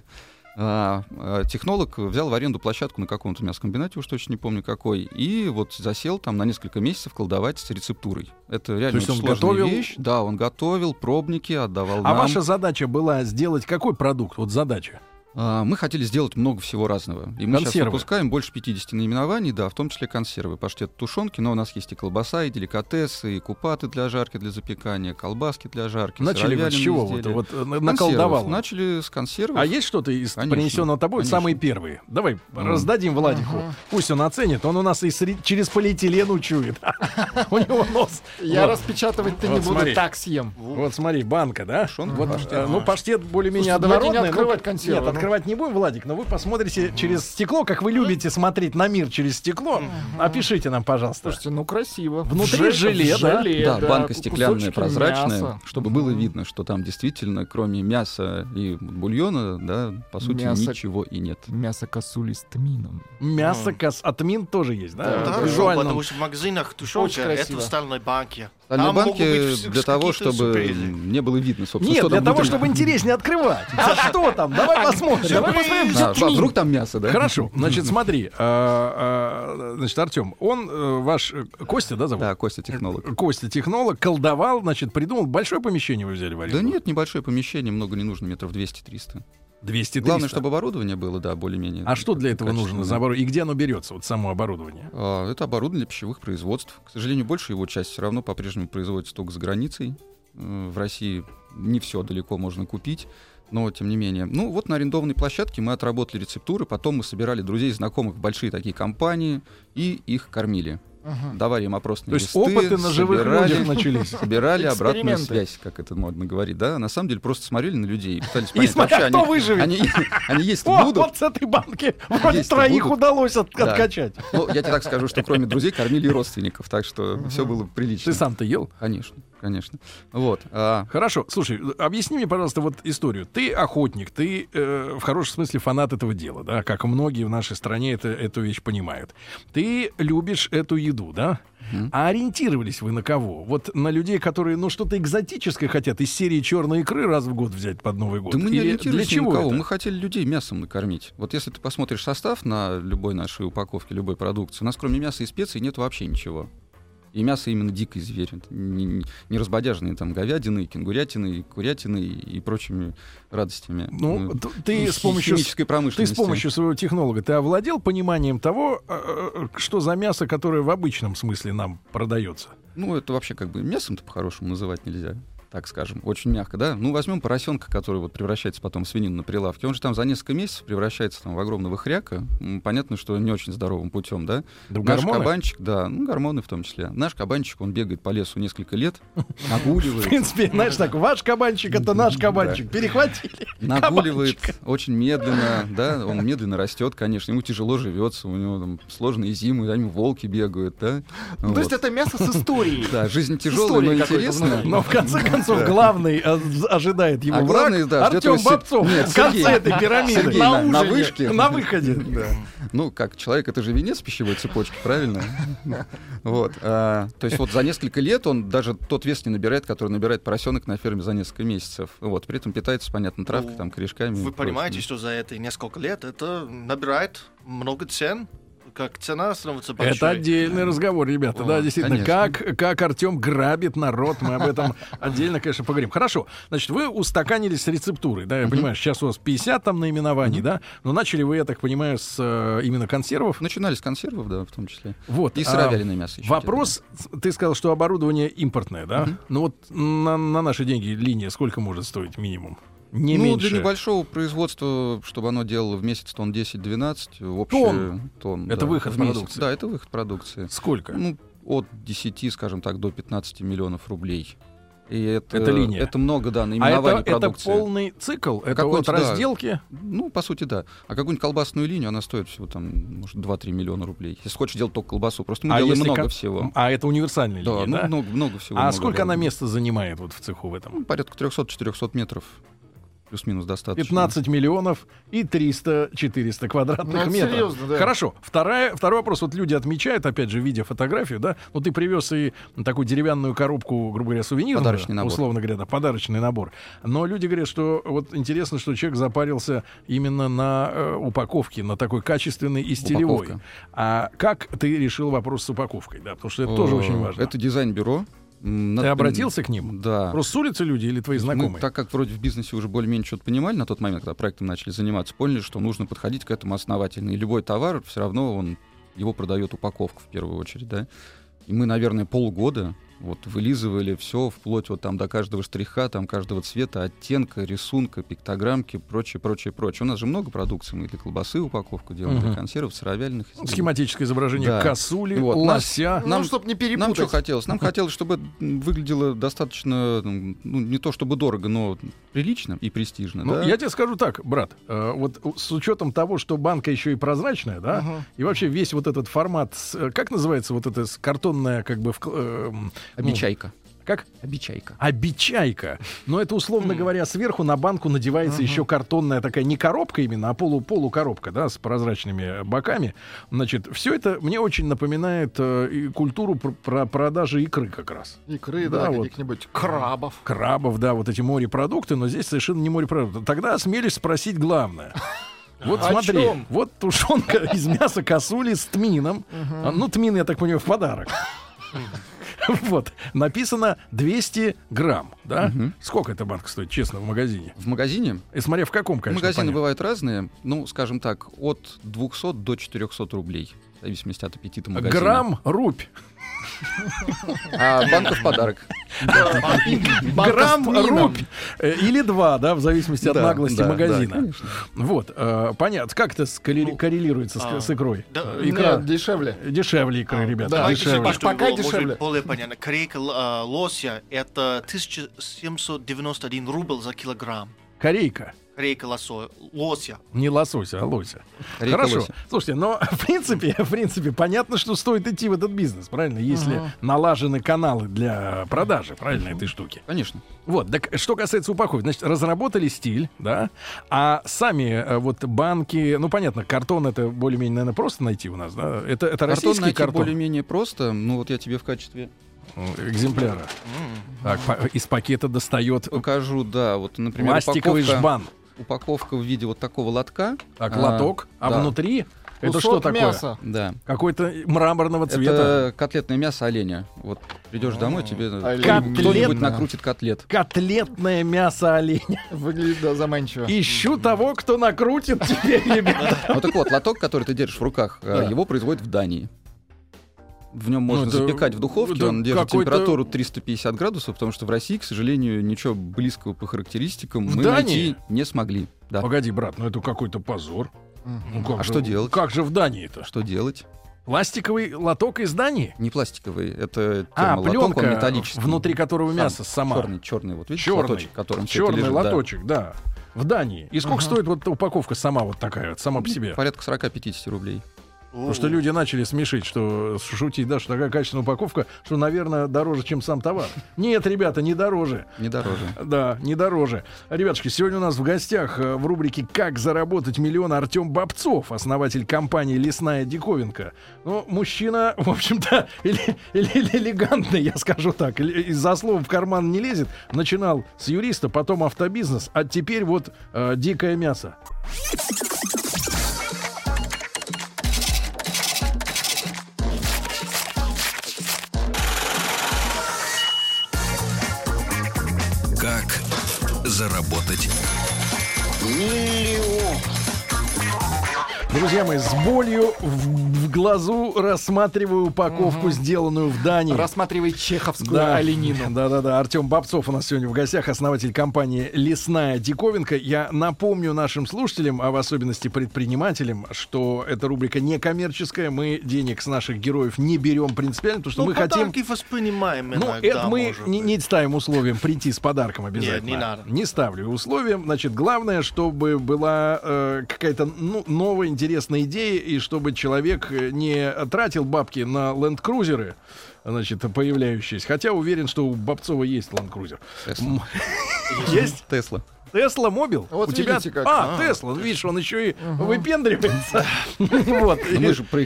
S4: А, а, технолог взял в аренду площадку на каком-то мясокомбинате, уж точно не помню какой, и вот засел там на несколько месяцев колдовать с рецептурой. Это реально
S2: есть
S4: очень
S2: он
S4: сложная
S2: готовил?
S4: вещь. Да, он готовил, пробники отдавал
S2: А
S4: нам.
S2: ваша задача была сделать какой продукт? Вот задача.
S4: А, Мы хотели сделать много всего разного. И мы сейчас
S2: Консервы.
S4: выпускаем больше 50 наименований, да, в том числе консервы, паштет, тушенки, но у нас есть и колбаса, и деликатесы, и купаты для жарки, для запекания, колбаски для жарки,
S2: Начали вы с
S4: сыровяленые
S2: чего? Вот,
S4: изделия.
S2: вот, э, на-
S4: Консервов.
S2: наколдовал.
S4: Начали с консервов.
S2: А есть что-то из
S4: Конечно,
S2: принесенного тобой?
S4: конечно.
S2: Самые первые. Давай
S4: Ну.
S2: раздадим Владику. Пусть он оценит. Он у нас и сре- через полиэтилен учует. У него нос.
S3: Я
S2: Вот.
S3: распечатывать-то
S2: Вот
S3: не буду,
S2: смотри.
S3: так съем.
S2: Вот смотри, банка, да?
S4: Тушёнка,
S2: Вот, э, Ну, паштет более-менее
S3: Слушайте, давайте не
S2: однородный. ну,
S3: открывать консервы,
S2: Нет,
S3: ну.
S2: открывать не будем, Владик, но вы посмотрите через стекло, как вы любите смотреть на мир через стекло. Опишите нам, пожалуйста.
S3: Слушайте, ну красиво.
S2: Внутри желе, да?
S3: желе,
S4: Да, банка
S3: кусочки
S4: стеклянная, прозрачная,
S3: мяса.
S4: чтобы было
S3: Мгм.
S4: видно, что там действительно, кроме мяса и бульона, да, по сути,
S3: Мясо.
S4: ничего и нет.
S3: Мясо косули с тмином.
S2: Мясо, кос, отмин тоже есть, да?
S3: Да,
S2: Вот
S5: Это
S3: да.
S5: хорошо,
S2: визуально
S5: потому что в магазинах тушенка
S3: Очень
S5: это
S3: красиво.
S5: в стальной банке.
S4: В стальной
S5: Там могут
S4: банке
S5: быть вс-
S4: для того,
S5: какие-то
S4: чтобы
S5: сюрпризы.
S4: не было видно, собственно,
S2: Нет,
S4: что
S2: для
S4: там
S2: того,
S4: внутри.
S2: чтобы интереснее открывать. А что там? Давай посмотрим. Давай посмотрим.
S4: Да, а вдруг там мясо, да?
S2: Хорошо, значит, смотри, а, а, значит, Артем, он э, ваш э, Костя, да, зовут?
S4: Да, Костя технолог.
S2: Костя технолог, колдовал, значит, придумал. Большое помещение вы взяли в аренду?
S4: Да нет, небольшое помещение, много не нужно, метров 200-300.
S2: 200
S4: Главное,
S2: 300.
S4: чтобы оборудование было, да, более-менее.
S2: А что для этого
S4: качественное.
S2: нужно за оборудование? И где оно берется, вот само оборудование?
S4: А, Это оборудование для пищевых производств. К сожалению, большая его часть все равно по-прежнему производится только за границей. Э, В России не все далеко можно купить, но тем не менее. Ну вот на арендованной площадке мы отработали рецептуры, потом мы собирали друзей и знакомых в большие такие компании и их кормили. Давали им
S2: То
S4: опросные
S2: есть
S4: листы,
S2: опыты на живых
S4: собирали.
S2: людях начались.
S4: Собирали обратную
S3: Эксперименты.
S4: связь, как это модно говорить, да? На самом деле просто смотрели на людей и пытались
S2: И
S4: понять, вообще
S2: смотря, кто
S4: они,
S2: выживет.
S4: они, они есть-то
S2: О,
S4: будут.
S2: вот с этой банки вроде
S4: Есть-то
S2: троих
S4: будут.
S2: удалось от-
S4: Да.
S2: откачать.
S4: Ну, я тебе так скажу, что кроме друзей кормили и родственников, так что все было прилично.
S2: Ты сам-то ел?
S4: Конечно, конечно. Вот. а,
S2: Хорошо, слушай, объясни мне, пожалуйста, вот историю. Ты охотник, ты э, в хорошем смысле фанат этого дела, да, как многие в нашей стране это, эту вещь понимают. Ты любишь эту еду, да?
S4: Мгм.
S2: А ориентировались вы на кого? Вот на людей, которые, ну, что-то экзотическое хотят из серии черной икры раз в год взять под Новый год.
S4: да мы не
S2: Или
S4: ориентировались
S2: для
S4: ни
S2: чего
S4: на кого.
S2: это?
S4: Мы хотели людей мясом накормить. Вот если ты посмотришь состав на любой нашей упаковке, любой продукции, у нас кроме мяса и специй нет вообще ничего. И мясо именно дикой звери, н- н- не разбодяженные там говядины, кенгурятины, курятины и прочими радостями.
S2: Ну,
S4: э,
S2: т- ты
S4: хи-
S2: с помощью
S4: химической
S2: Ты
S4: промышленности.
S2: с помощью своего технолога ты овладел пониманием того, э, э, что за мясо, которое в обычном смысле нам продается?
S4: Ну, это вообще как бы мясом-то по-хорошему называть нельзя. так скажем, очень мягко, да. Ну, возьмем поросенка, который вот превращается потом в свинину на прилавке. Он же там за несколько месяцев превращается там, в огромного хряка. М, Понятно, что не очень здоровым путем, да.
S2: Да,
S4: Наш
S2: гормоны?
S4: кабанчик, да, ну, гормоны в том числе. Наш кабанчик, он бегает по лесу несколько лет,
S2: В
S4: нагуливает,
S2: принципе, знаешь, так, ваш кабанчик это наш
S4: Да.
S2: кабанчик. Перехватили.
S4: нагуливает
S2: кабанчика.
S4: очень медленно, да, он медленно растет, конечно, ему тяжело живется, у него там сложные зимы, за ним волки бегают, да.
S6: Ну, То есть
S4: Вот.
S6: это мясо с историей.
S4: Да, жизнь тяжелая,
S6: история
S4: но
S6: какой-то
S4: интересная.
S6: внутри.
S2: Но в конце концов, главный а, з- ожидает его
S4: А
S2: враг
S4: главный, да, ждет
S2: Артем
S4: его Се-
S2: Бобцов
S4: Нет,
S2: в конце
S4: Сергей.
S2: этой пирамиды.
S4: Сергей,
S2: на,
S4: на- на
S2: ужине,
S4: вышке.
S2: На выходе.
S4: Ну, как человек, это же венец пищевой цепочки, правильно? Вот. а, То есть вот за несколько лет он даже тот вес не набирает, который набирает поросенок на ферме за несколько месяцев. Вот. При этом питается, понятно, травкой, там, корешками. и
S5: Ну, Вы
S4: прочим.
S5: понимаете, что за это несколько лет это набирает много цен, как цена становится большой.
S2: Это отдельный разговор, ребята. да,
S5: О,
S2: действительно,
S4: конечно.
S2: как, как Артем грабит народ, мы об этом отдельно, конечно, поговорим. Хорошо, значит, вы устаканились с рецептурой, да, я понимаю, сейчас у вас 50 там наименований, да, но начали вы, я так понимаю, с э, именно консервов.
S4: Ну, Начинали с консервов, да, в том числе.
S2: Вот.
S4: И
S2: а,
S4: сыра вяленое мясо. ещё
S2: Вопрос, с- ты сказал, что оборудование импортное, да? Ну вот на, на наши деньги линия сколько может стоить минимум? Не
S4: делали. ну,
S2: меньше.
S4: для небольшого производства, чтобы оно делало в месяц тонн 10-12, общий
S2: Тонн?
S4: тонн,
S2: Это
S4: да,
S2: выход
S4: в месяц.
S2: продукции?
S4: Да, это выход продукции.
S2: Сколько?
S4: Ну, от 10, скажем так, до 15 миллионов рублей. И это,
S2: Это линия.
S4: Это много,
S2: а
S4: да,
S2: это,
S4: наименований
S2: это
S4: продукции.
S2: полный цикл, это
S4: Какой-то,
S2: вот
S4: да.
S2: разделки.
S4: Ну, по сути, да. А какую-нибудь колбасную линию, она стоит всего там, может, 2-3 миллиона рублей. Если хочешь делать только колбасу, просто мы
S2: а
S4: делаем
S2: если
S4: много
S2: ко-
S4: всего.
S2: А это универсальная
S4: Да,
S2: линия,
S4: ну,
S2: да?
S4: много, много всего.
S2: а
S4: много,
S2: сколько
S4: да.
S2: она места занимает вот в цеху в этом?
S4: Ну, порядка 300-400 метров. Плюс-минус достаточно.
S2: 15 миллионов и 300-400 квадратных
S6: Ну, это
S2: метров.
S6: серьезно, да.
S2: Хорошо. Вторая, второй вопрос. Вот люди отмечают, опять же, видя фотографию, да? Ну, ты привез и такую деревянную коробку, грубо говоря, сувенирную.
S4: Подарочный набор.
S2: Условно говоря, да, подарочный набор. Но люди говорят, что вот интересно, что человек запарился именно на э, упаковке, на такой качественной и стилевой.
S4: Упаковка.
S2: А как ты решил вопрос с упаковкой, да? Потому что это тоже
S4: Э,
S2: очень важно.
S4: Это дизайн-бюро. М,
S2: Ты
S4: на-
S2: обратился к ним?
S4: Да.
S2: Просто с улицы люди или твои знакомые?
S4: Мы, Ну, так как вроде в бизнесе уже более-менее что-то понимали на тот момент, когда проектом начали заниматься, поняли, что нужно подходить к этому основательно. И любой товар, все равно он, его продает упаковку в первую очередь, да. И мы, наверное, полгода вот вылизывали все вплоть вот там до каждого штриха, там каждого цвета, оттенка, рисунка, пиктограммки, прочее, прочее, прочее. У нас же много продукции, мы и для колбасы упаковку делаем, для
S2: Мгм.
S4: консервов, сыровяльных.
S2: Ну, Схематическое изображение
S4: Да.
S2: косули,
S4: Вот, нас-
S2: лося.
S6: Ну,
S4: Нам-
S6: чтобы не
S4: Нам что
S6: перепутать.
S4: хотелось? Нам хотелось, чтобы это, м, выглядело достаточно, м, ну, не то чтобы дорого, но прилично и престижно.
S2: Ну,
S4: да?
S2: я тебе скажу так, брат, э, вот у- с учетом того, что банка еще и прозрачная, да,
S6: Ага.
S2: и вообще весь вот этот формат, с, э, как называется вот эта с- картонная как бы... вк- э, м, ну,
S4: Обечайка.
S2: как?
S4: Обечайка.
S2: Обечайка. Но это, условно говоря, сверху на банку надевается еще картонная такая, не коробка именно, а полу полукоробка, да, с прозрачными э, боками. Значит, все это мне очень напоминает э, и культуру пр- про продажи икры как раз.
S6: Икры,
S2: Да,
S6: да,
S2: вот.
S6: каких-нибудь крабов.
S2: крабов, да, вот эти морепродукты, но здесь совершенно не морепродукты. Тогда осмелюсь спросить главное. Вот
S6: О
S2: смотри,
S6: чем?
S2: вот тушенка из мяса косули с тмином. А, Ну, тмин, я так понимаю, в подарок. Вот, написано 200 грамм, да?
S4: Мгм.
S2: Сколько эта банка стоит, честно, в магазине?
S4: В магазине?
S2: И смотря в каком, конечно,
S4: Магазины
S2: понятно.
S4: бывают разные, ну, скажем так, от 200 до 400 рублей. В зависимости от аппетита магазина.
S2: Грамм рубь.
S4: А банка в подарок.
S2: Грамм рубь. Э, Или два, да, в зависимости от
S4: Да,
S2: наглости
S4: да, да,
S2: магазина.
S4: конечно.
S2: Вот, э, понятно. Как это скоррели-
S5: Ну,
S2: коррелируется с
S5: а,
S2: к- с икрой?
S5: да,
S2: Э,
S5: нет,
S2: Икра.
S6: Икра дешевле.
S2: Дешевле икры,
S4: А,
S2: ребята.
S6: да.
S5: А, Давайте
S2: дешевле.
S5: всё, чтобы
S6: Пока
S5: было, может,
S6: дешевле.
S5: более понятно. Корейка э, лося это 1791 рубль за килограмм.
S2: Корейка.
S5: Корейка лосо- лося.
S2: Не лосося, а лося.
S4: Корейка
S2: Хорошо.
S4: лося.
S2: Слушайте, но в принципе, в принципе, понятно, что стоит идти в этот бизнес, правильно? Если налажены каналы для продажи, правильно, этой штуки.
S4: Конечно.
S2: Вот, так что касается упаковки, значит, разработали стиль, да, а сами э, вот банки, ну, понятно, картон это более-менее, наверное, просто найти у нас, да? Это, это
S4: Картон
S2: российский
S4: найти
S2: картон
S4: более-менее просто. Ну, вот я тебе в качестве
S2: э, экземпляра. Так, па- из пакета достает
S4: покажу, да, вот, например,
S2: пластиковый
S4: упаковка,
S2: жбан.
S4: упаковка в виде вот такого лотка.
S2: Так,
S4: А,
S2: лоток, а
S4: да.
S2: внутри это
S6: Кусок
S2: что такое?
S6: мяса.
S4: Да.
S2: Какой-то мраморного цвета. А.
S4: Это котлетное мясо оленя. Вот придешь домой, тебе Э,
S6: Олень.
S4: кто-нибудь
S6: А. Котлетное.
S4: накрутит котлет.
S2: Котлетное мясо оленя.
S6: Выглядит да, заманчиво.
S2: Ищу того, кто накрутит тебе, ребята.
S4: Ну так вот, лоток, который ты держишь в руках, э,
S6: Да.
S4: его производят в Дании. в нем можно
S2: Ну, это-
S4: запекать в духовке,
S2: это
S4: он держит
S2: какой-то-
S4: температуру 350 градусов, потому что в России, к сожалению, ничего близкого по характеристикам
S2: В
S4: мы
S2: Дании?
S4: найти не смогли. Да.
S2: Погоди, брат, ну это какой-то позор. Ну, как
S4: А что делать?
S2: Как же в Дании-то?
S4: Что делать?
S2: Пластиковый лоток из Дании?
S4: Не пластиковый, это
S2: А,
S4: термолоток, он
S2: пленка,
S4: металлический.
S2: внутри которого
S4: Сам
S2: мясо сама.
S4: Черный, черный, вот видишь,
S2: Черный.
S4: лоточек, которым всё это
S2: Черный
S4: лежит, да.
S2: лоточек, да. В Дании. И сколько стоит вот эта упаковка сама вот такая, вот, сама по себе?
S4: Порядка 40-50 рублей.
S2: Потому что люди начали смешить, что шутить, да, что такая качественная упаковка, что, наверное, дороже, чем сам товар. Нет, ребята, не дороже.
S4: Не дороже.
S2: Да, не дороже. Ребятушки, сегодня у нас в гостях э, в рубрике «Как заработать миллион» Артем Бобцов, основатель компании «Лесная диковинка». Ну, мужчина, в общем-то, эле- эле- элегантный, я скажу так, эле- из-за слов в карман не лезет. Начинал с юриста, потом автобизнес, а теперь вот э, дикое мясо.
S1: Как заработать?
S2: Друзья мои, с болью в, в глазу рассматриваю упаковку, сделанную в Дании.
S6: Рассматривай чеховскую оленину.
S2: Да, да, да. Артем Бобцов у нас сегодня в гостях, основатель компании Лесная Диковинка. Я напомню нашим слушателям, а в особенности предпринимателям, что эта рубрика некоммерческая. Мы денег с наших героев не берем принципиально, потому что
S5: Ну,
S2: мы хотим.
S5: подарки воспринимаем
S2: Ну,
S5: иногда,
S2: это мы
S5: может
S2: не,
S5: быть.
S2: не ставим условием прийти с подарком обязательно.
S5: не надо.
S2: Не ставлю условием. Значит, главное, чтобы была э, какая-то ну, новая интересная идея, и чтобы человек э, не тратил бабки на ленд-крузеры, значит, появляющиеся. Хотя уверен, что у Бобцова есть ленд-крузер.
S4: Тесла.
S2: Есть
S4: Тесла.
S2: Тесла Мобил?
S6: Вот
S2: у тебя...
S6: видите как.
S2: А, Тесла, видишь, он еще и выпендривается. Вот.
S4: Ну, Мы же про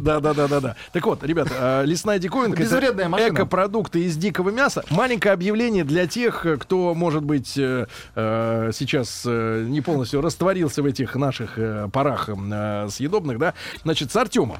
S2: Да, да, да, да, да. Так вот, ребят, э, лесная диковинка
S6: Безвредная машина.
S2: экопродукты из дикого мяса. Маленькое объявление для тех, э, кто, может быть, э, э, сейчас э, не полностью растворился в этих наших э, парах э, съедобных, да. Значит, с Артемом.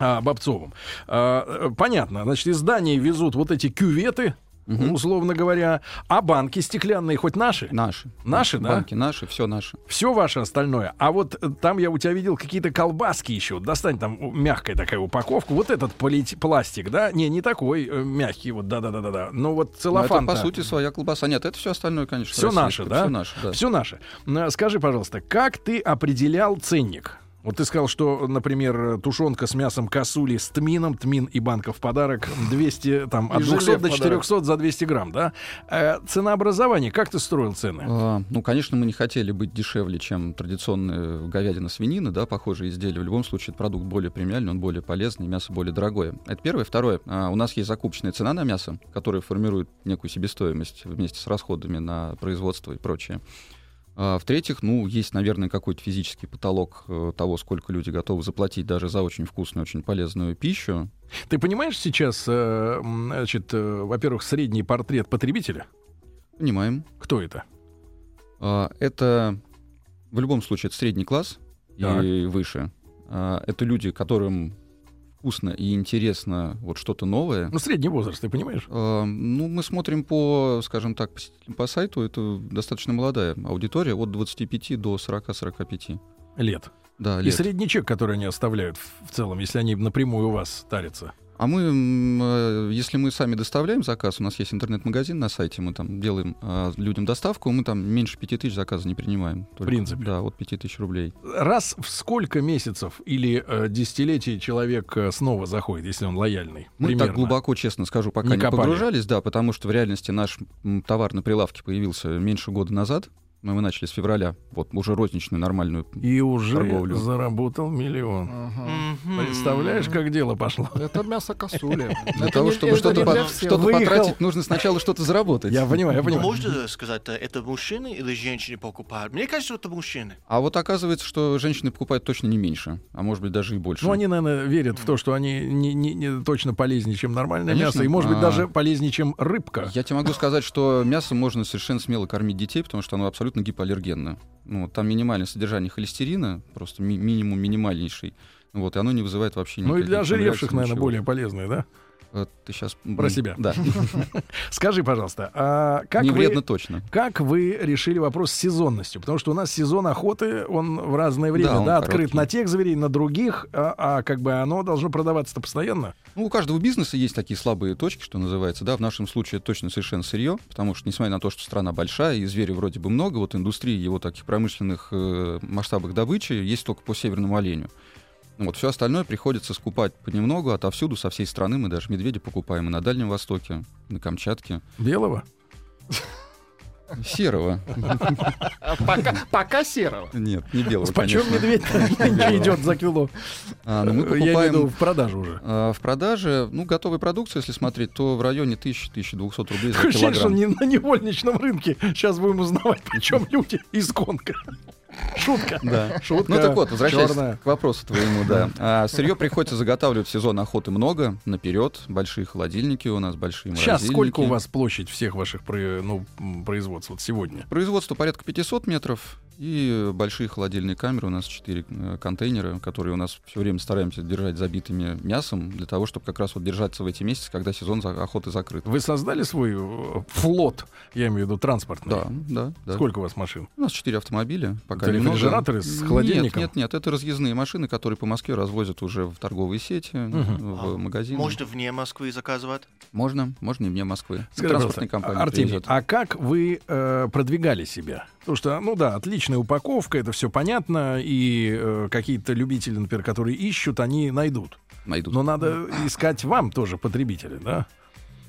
S2: а, Бобцовым. А, э, понятно. Значит, из Дании везут вот эти кюветы, условно говоря, а банки стеклянные хоть наши?
S4: Наши.
S2: Наши, да?
S4: Банки наши, все наше.
S2: Все ваше остальное. А вот э, там я у тебя видел какие-то колбаски еще. Достань там у, мягкая такая упаковка. Вот этот полит- пластик, да? Не, не такой э, мягкий. Вот да-да-да-да. Но вот
S4: Но
S2: целлофан.
S4: Ну, Это, по сути, своя колбаса. Нет, это все остальное, конечно.
S2: Все наше, да?
S4: Все наше, да.
S2: Все наше. М, э, Скажи, пожалуйста, как ты определял ценник? Вот ты сказал, что, например, тушенка с мясом косули с тмином, тмин и банка в подарок 200, там, от
S6: И желе
S2: 200
S6: в
S2: до
S6: подарок.
S2: 400 за 200 грамм, да? Э, ценообразование, как ты строил цены?
S4: А, Ну, конечно, мы не хотели быть дешевле, чем традиционная говядина, свинина, да, похожие изделия. В любом случае, это продукт более премиальный, он более полезный, мясо более дорогое. Это первое. Второе. а, У нас есть закупочная цена на мясо, которая формирует некую себестоимость вместе с расходами на производство и прочее. А, В-третьих, ну, есть, наверное, какой-то физический потолок э, того, сколько люди готовы заплатить даже за очень вкусную, очень полезную пищу.
S2: Ты понимаешь сейчас, э, м, значит, э, во-первых, средний портрет потребителя?
S4: Понимаем.
S2: Кто это?
S4: А, Это в любом случае это средний класс
S2: Так.
S4: и выше. А, Это люди, которым вкусно и интересно вот что-то новое.
S2: Ну, средний возраст, ты понимаешь?
S4: А, Ну, мы смотрим по, скажем так, посетителям по сайту, это достаточно молодая аудитория, от 25 до 40-45.
S2: Лет.
S4: Да,
S2: И
S4: лет.
S2: средний чек, который они оставляют в, в целом, если они напрямую у вас тарятся.
S4: А мы, м, э, если мы сами доставляем заказ, у нас есть интернет-магазин на сайте, мы там делаем а, людям доставку, мы там меньше 5000 заказов не принимаем. В
S2: принципе.
S4: Да, от 5000 рублей.
S2: Раз в сколько месяцев или э, десятилетий человек э, снова заходит, если он лояльный?
S4: Мы
S2: Примерно.
S4: Ну, так глубоко, честно скажу, пока
S2: Не
S4: не,
S2: копали.
S4: погружались, да, потому что в реальности наш м, товар на прилавке появился меньше года назад. Ну, Мы, мы начали с февраля, вот уже розничную нормальную.
S2: И уже
S4: Торговлю.
S2: заработал миллион.
S6: Мгм.
S5: Мгм.
S2: Представляешь, как дело пошло?
S6: Это мясо косули.
S4: Для того, чтобы что-то, по- что-то
S2: Выехал.
S4: потратить, нужно сначала что-то заработать.
S2: Я понимаю, я
S5: Ну,
S2: понимаю.
S5: Можно сказать, э, это мужчины или женщины покупают? Мне кажется, это мужчины.
S4: А вот оказывается, что женщины покупают точно не меньше, а может быть даже и больше.
S2: Ну, они, наверное, верят в то, что они не, не- не точно полезнее, чем нормальное
S4: Конечно.
S2: мясо, и, может быть,
S4: А.
S2: даже полезнее, чем рыбка.
S4: Я тебе могу сказать, что мясо можно совершенно смело кормить детей, потому что оно абсолютно гипоаллергенно. Ну, вот там минимальное содержание холестерина, просто ми- минимум минимальнейший. Вот, и оно не вызывает вообще
S2: Ну и
S4: никаких
S2: для
S4: там реакций,
S2: ожиревших, наверное,
S4: ничего.
S2: более полезное, да?
S4: Э, Ты сейчас...
S2: Про себя.
S4: Да,
S2: Скажи, пожалуйста, а как
S4: не
S2: вы-
S4: вредно точно.
S2: Как вы решили вопрос с сезонностью? Потому что у нас сезон охоты, он в разное время, да,
S4: Да, он
S2: открыт
S4: короткий.
S2: на тех зверей, на других, а, а как бы оно должно продаваться-то постоянно.
S4: Ну, у каждого бизнеса есть такие слабые точки, что называется, да, в нашем случае это точно совершенно сырье, потому что, несмотря на то, что страна большая и зверей вроде бы много, вот индустрии его таких промышленных э, масштабах добычи есть только по северному оленю. Вот, все остальное приходится скупать понемногу отовсюду, со всей страны. Мы даже медведя покупаем и на Дальнем Востоке, на Камчатке.
S2: Белого?
S4: Серого. Э,
S6: А Пока, пока серого.
S4: Нет, не белого,
S2: Почем
S4: конечно.
S2: медведь идет за кило?
S4: А, ну,
S2: Я имею
S4: мы
S2: в виду
S4: покупаем
S2: в продажу уже.
S4: а, в продаже, ну, готовой продукции, если смотреть, то в районе 1000-1200 рублей за
S2: Такое ощущение, что
S4: килограмм.
S2: не на невольничном рынке. Сейчас будем узнавать, почем люди из конка. Шутка.
S4: Да.
S2: Шутка.
S4: Ну так вот, возвращаясь
S2: чёрная.
S4: к вопросу твоему, да. А, сырье приходится заготавливать в сезон охоты много, наперед, большие холодильники у нас, большие морозильники.
S2: Сейчас сколько у вас площадь всех ваших про- ну, м, производств вот сегодня?
S4: Производство порядка 500 метров и большие холодильные камеры. У нас 4 контейнера, которые у нас все время стараемся держать забитыми мясом, для того, чтобы как раз вот держаться в эти месяцы, когда сезон за- охоты закрыт.
S2: Вы создали свой э, флот, я имею в виду транспортный?
S4: Да, да, да.
S2: Сколько у вас машин?
S4: У нас 4 автомобиля. Пока
S2: Это
S4: немного.
S2: рефрижераторы с холодильником?
S4: Нет, нет, нет. Это разъездные машины, которые по Москве развозят уже в торговые сети, в
S5: А,
S4: магазины.
S5: Можно вне Москвы заказывать?
S4: Можно, можно и вне Москвы.
S2: Скажи, пожалуйста,
S4: Транспортная компания
S2: Артемий,
S4: привезет.
S2: а как вы э, продвигали себя? Потому что, ну да, отличная упаковка, это все понятно, и э, какие-то любители, например, которые ищут, они найдут.
S4: Найдут.
S2: Но надо искать вам тоже потребителя, да?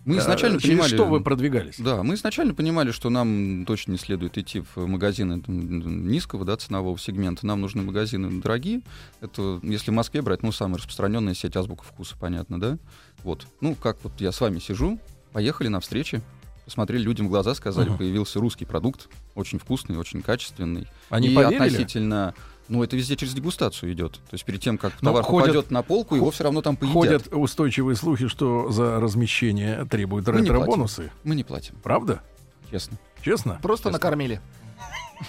S4: Мы изначально
S2: Э, через
S4: понимали...
S2: что вы продвигались?
S4: Да, мы изначально понимали, что нам точно не следует идти в магазины м, низкого да, ценового сегмента. Нам нужны магазины дорогие. Это, если в Москве брать, ну, самая распространенная сеть азбука вкуса, понятно, да? Вот. Ну, как вот я с вами сижу, поехали на встречи, посмотрели людям в глаза, сказали,
S2: Мгм.
S4: появился русский продукт, очень вкусный, очень качественный.
S2: Они
S4: и
S2: поверили?
S4: относительно... Ну, это везде через дегустацию идет. То есть перед тем, как
S2: Но
S4: товар
S2: ходят-
S4: попадет на полку, его все равно там поедят.
S2: Ходят устойчивые слухи, что за размещение требуют
S4: Мы не платим.
S2: ретро-бонусы.
S4: Мы не платим,
S2: Правда?
S4: честно.
S2: Честно?
S6: Просто накормили.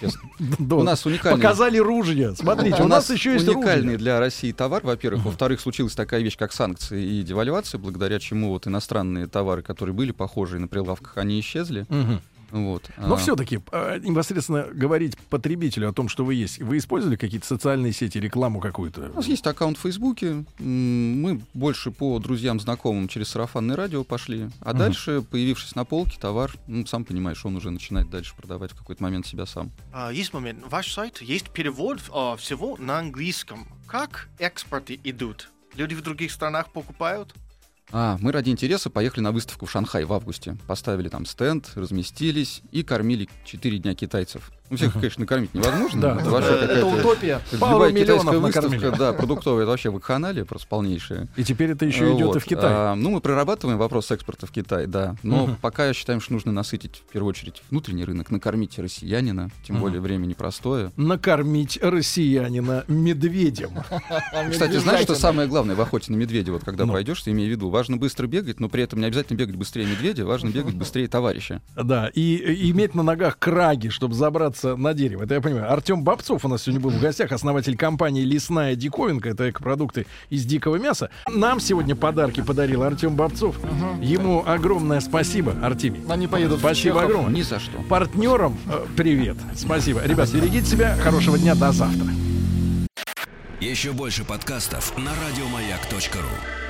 S4: честно.
S2: Да.
S4: У нас уникальный...
S2: Показали ружья. Смотрите, у нас еще есть
S4: уникальный
S2: ружья.
S4: для России товар, во-первых. Во-вторых, случилась такая вещь, как санкции и девальвация, благодаря чему вот иностранные товары, которые были похожие на прилавках, они исчезли.
S2: Мгм.
S4: Вот.
S2: Но
S4: А,
S2: все-таки непосредственно говорить потребителю о том, что вы есть. Вы использовали какие-то социальные сети, рекламу какую-то?
S4: У нас есть аккаунт в Фейсбуке. М, Мы больше по друзьям, знакомым через сарафанное радио пошли. А
S2: Мгм.
S4: дальше, появившись на полке, товар, ну, сам понимаешь, он уже начинает дальше продавать в какой-то момент себя сам.
S5: А, есть момент. Ваш сайт есть перевод а, всего на английском. Как экспорты идут? Люди в других странах покупают?
S4: А, мы ради интереса поехали на выставку в Шанхай в августе. Поставили там стенд, разместились и кормили 4 дня китайцев. Ну, всех, конечно, накормить невозможно.
S2: Да.
S4: Это вообще
S6: Это
S4: какая-то
S6: утопия.
S2: Пару
S4: Любая китайская
S2: миллионов
S4: выставка,
S2: накормили.
S4: да, продуктовая, это вообще вакханалия просто полнейшая.
S2: И теперь это еще идет
S4: Вот.
S2: и в Китай.
S4: А, ну, мы прорабатываем вопрос экспорта в Китай, да. Но
S2: Мгм.
S4: пока считаем, что нужно насытить, в первую очередь, внутренний рынок, накормить россиянина, тем
S2: Мгм.
S4: более время непростое.
S2: Накормить россиянина медведем.
S4: Кстати, знаешь, что самое главное в охоте на медведя, вот когда
S2: Ну.
S4: пойдешь, ты имей в виду, важно быстро бегать, но при этом не обязательно бегать быстрее медведя, важно бегать быстрее товарища.
S2: Да, и, и иметь на ногах краги, чтобы забраться на дерево. Это я понимаю. Артем Бобцов у нас сегодня был в гостях, основатель компании «Лесная диковинка». Это экопродукты из дикого мяса. Нам сегодня подарки подарил Артем Бобцов. Ему огромное спасибо, Артемий.
S6: Они поедут в
S2: Спасибо
S6: Чехов.
S2: огромное.
S4: Ни за что.
S2: партнерам э, привет. Спасибо. Ребят, берегите себя. Хорошего дня. До завтра.
S1: Еще больше подкастов на радиомаяк.ру.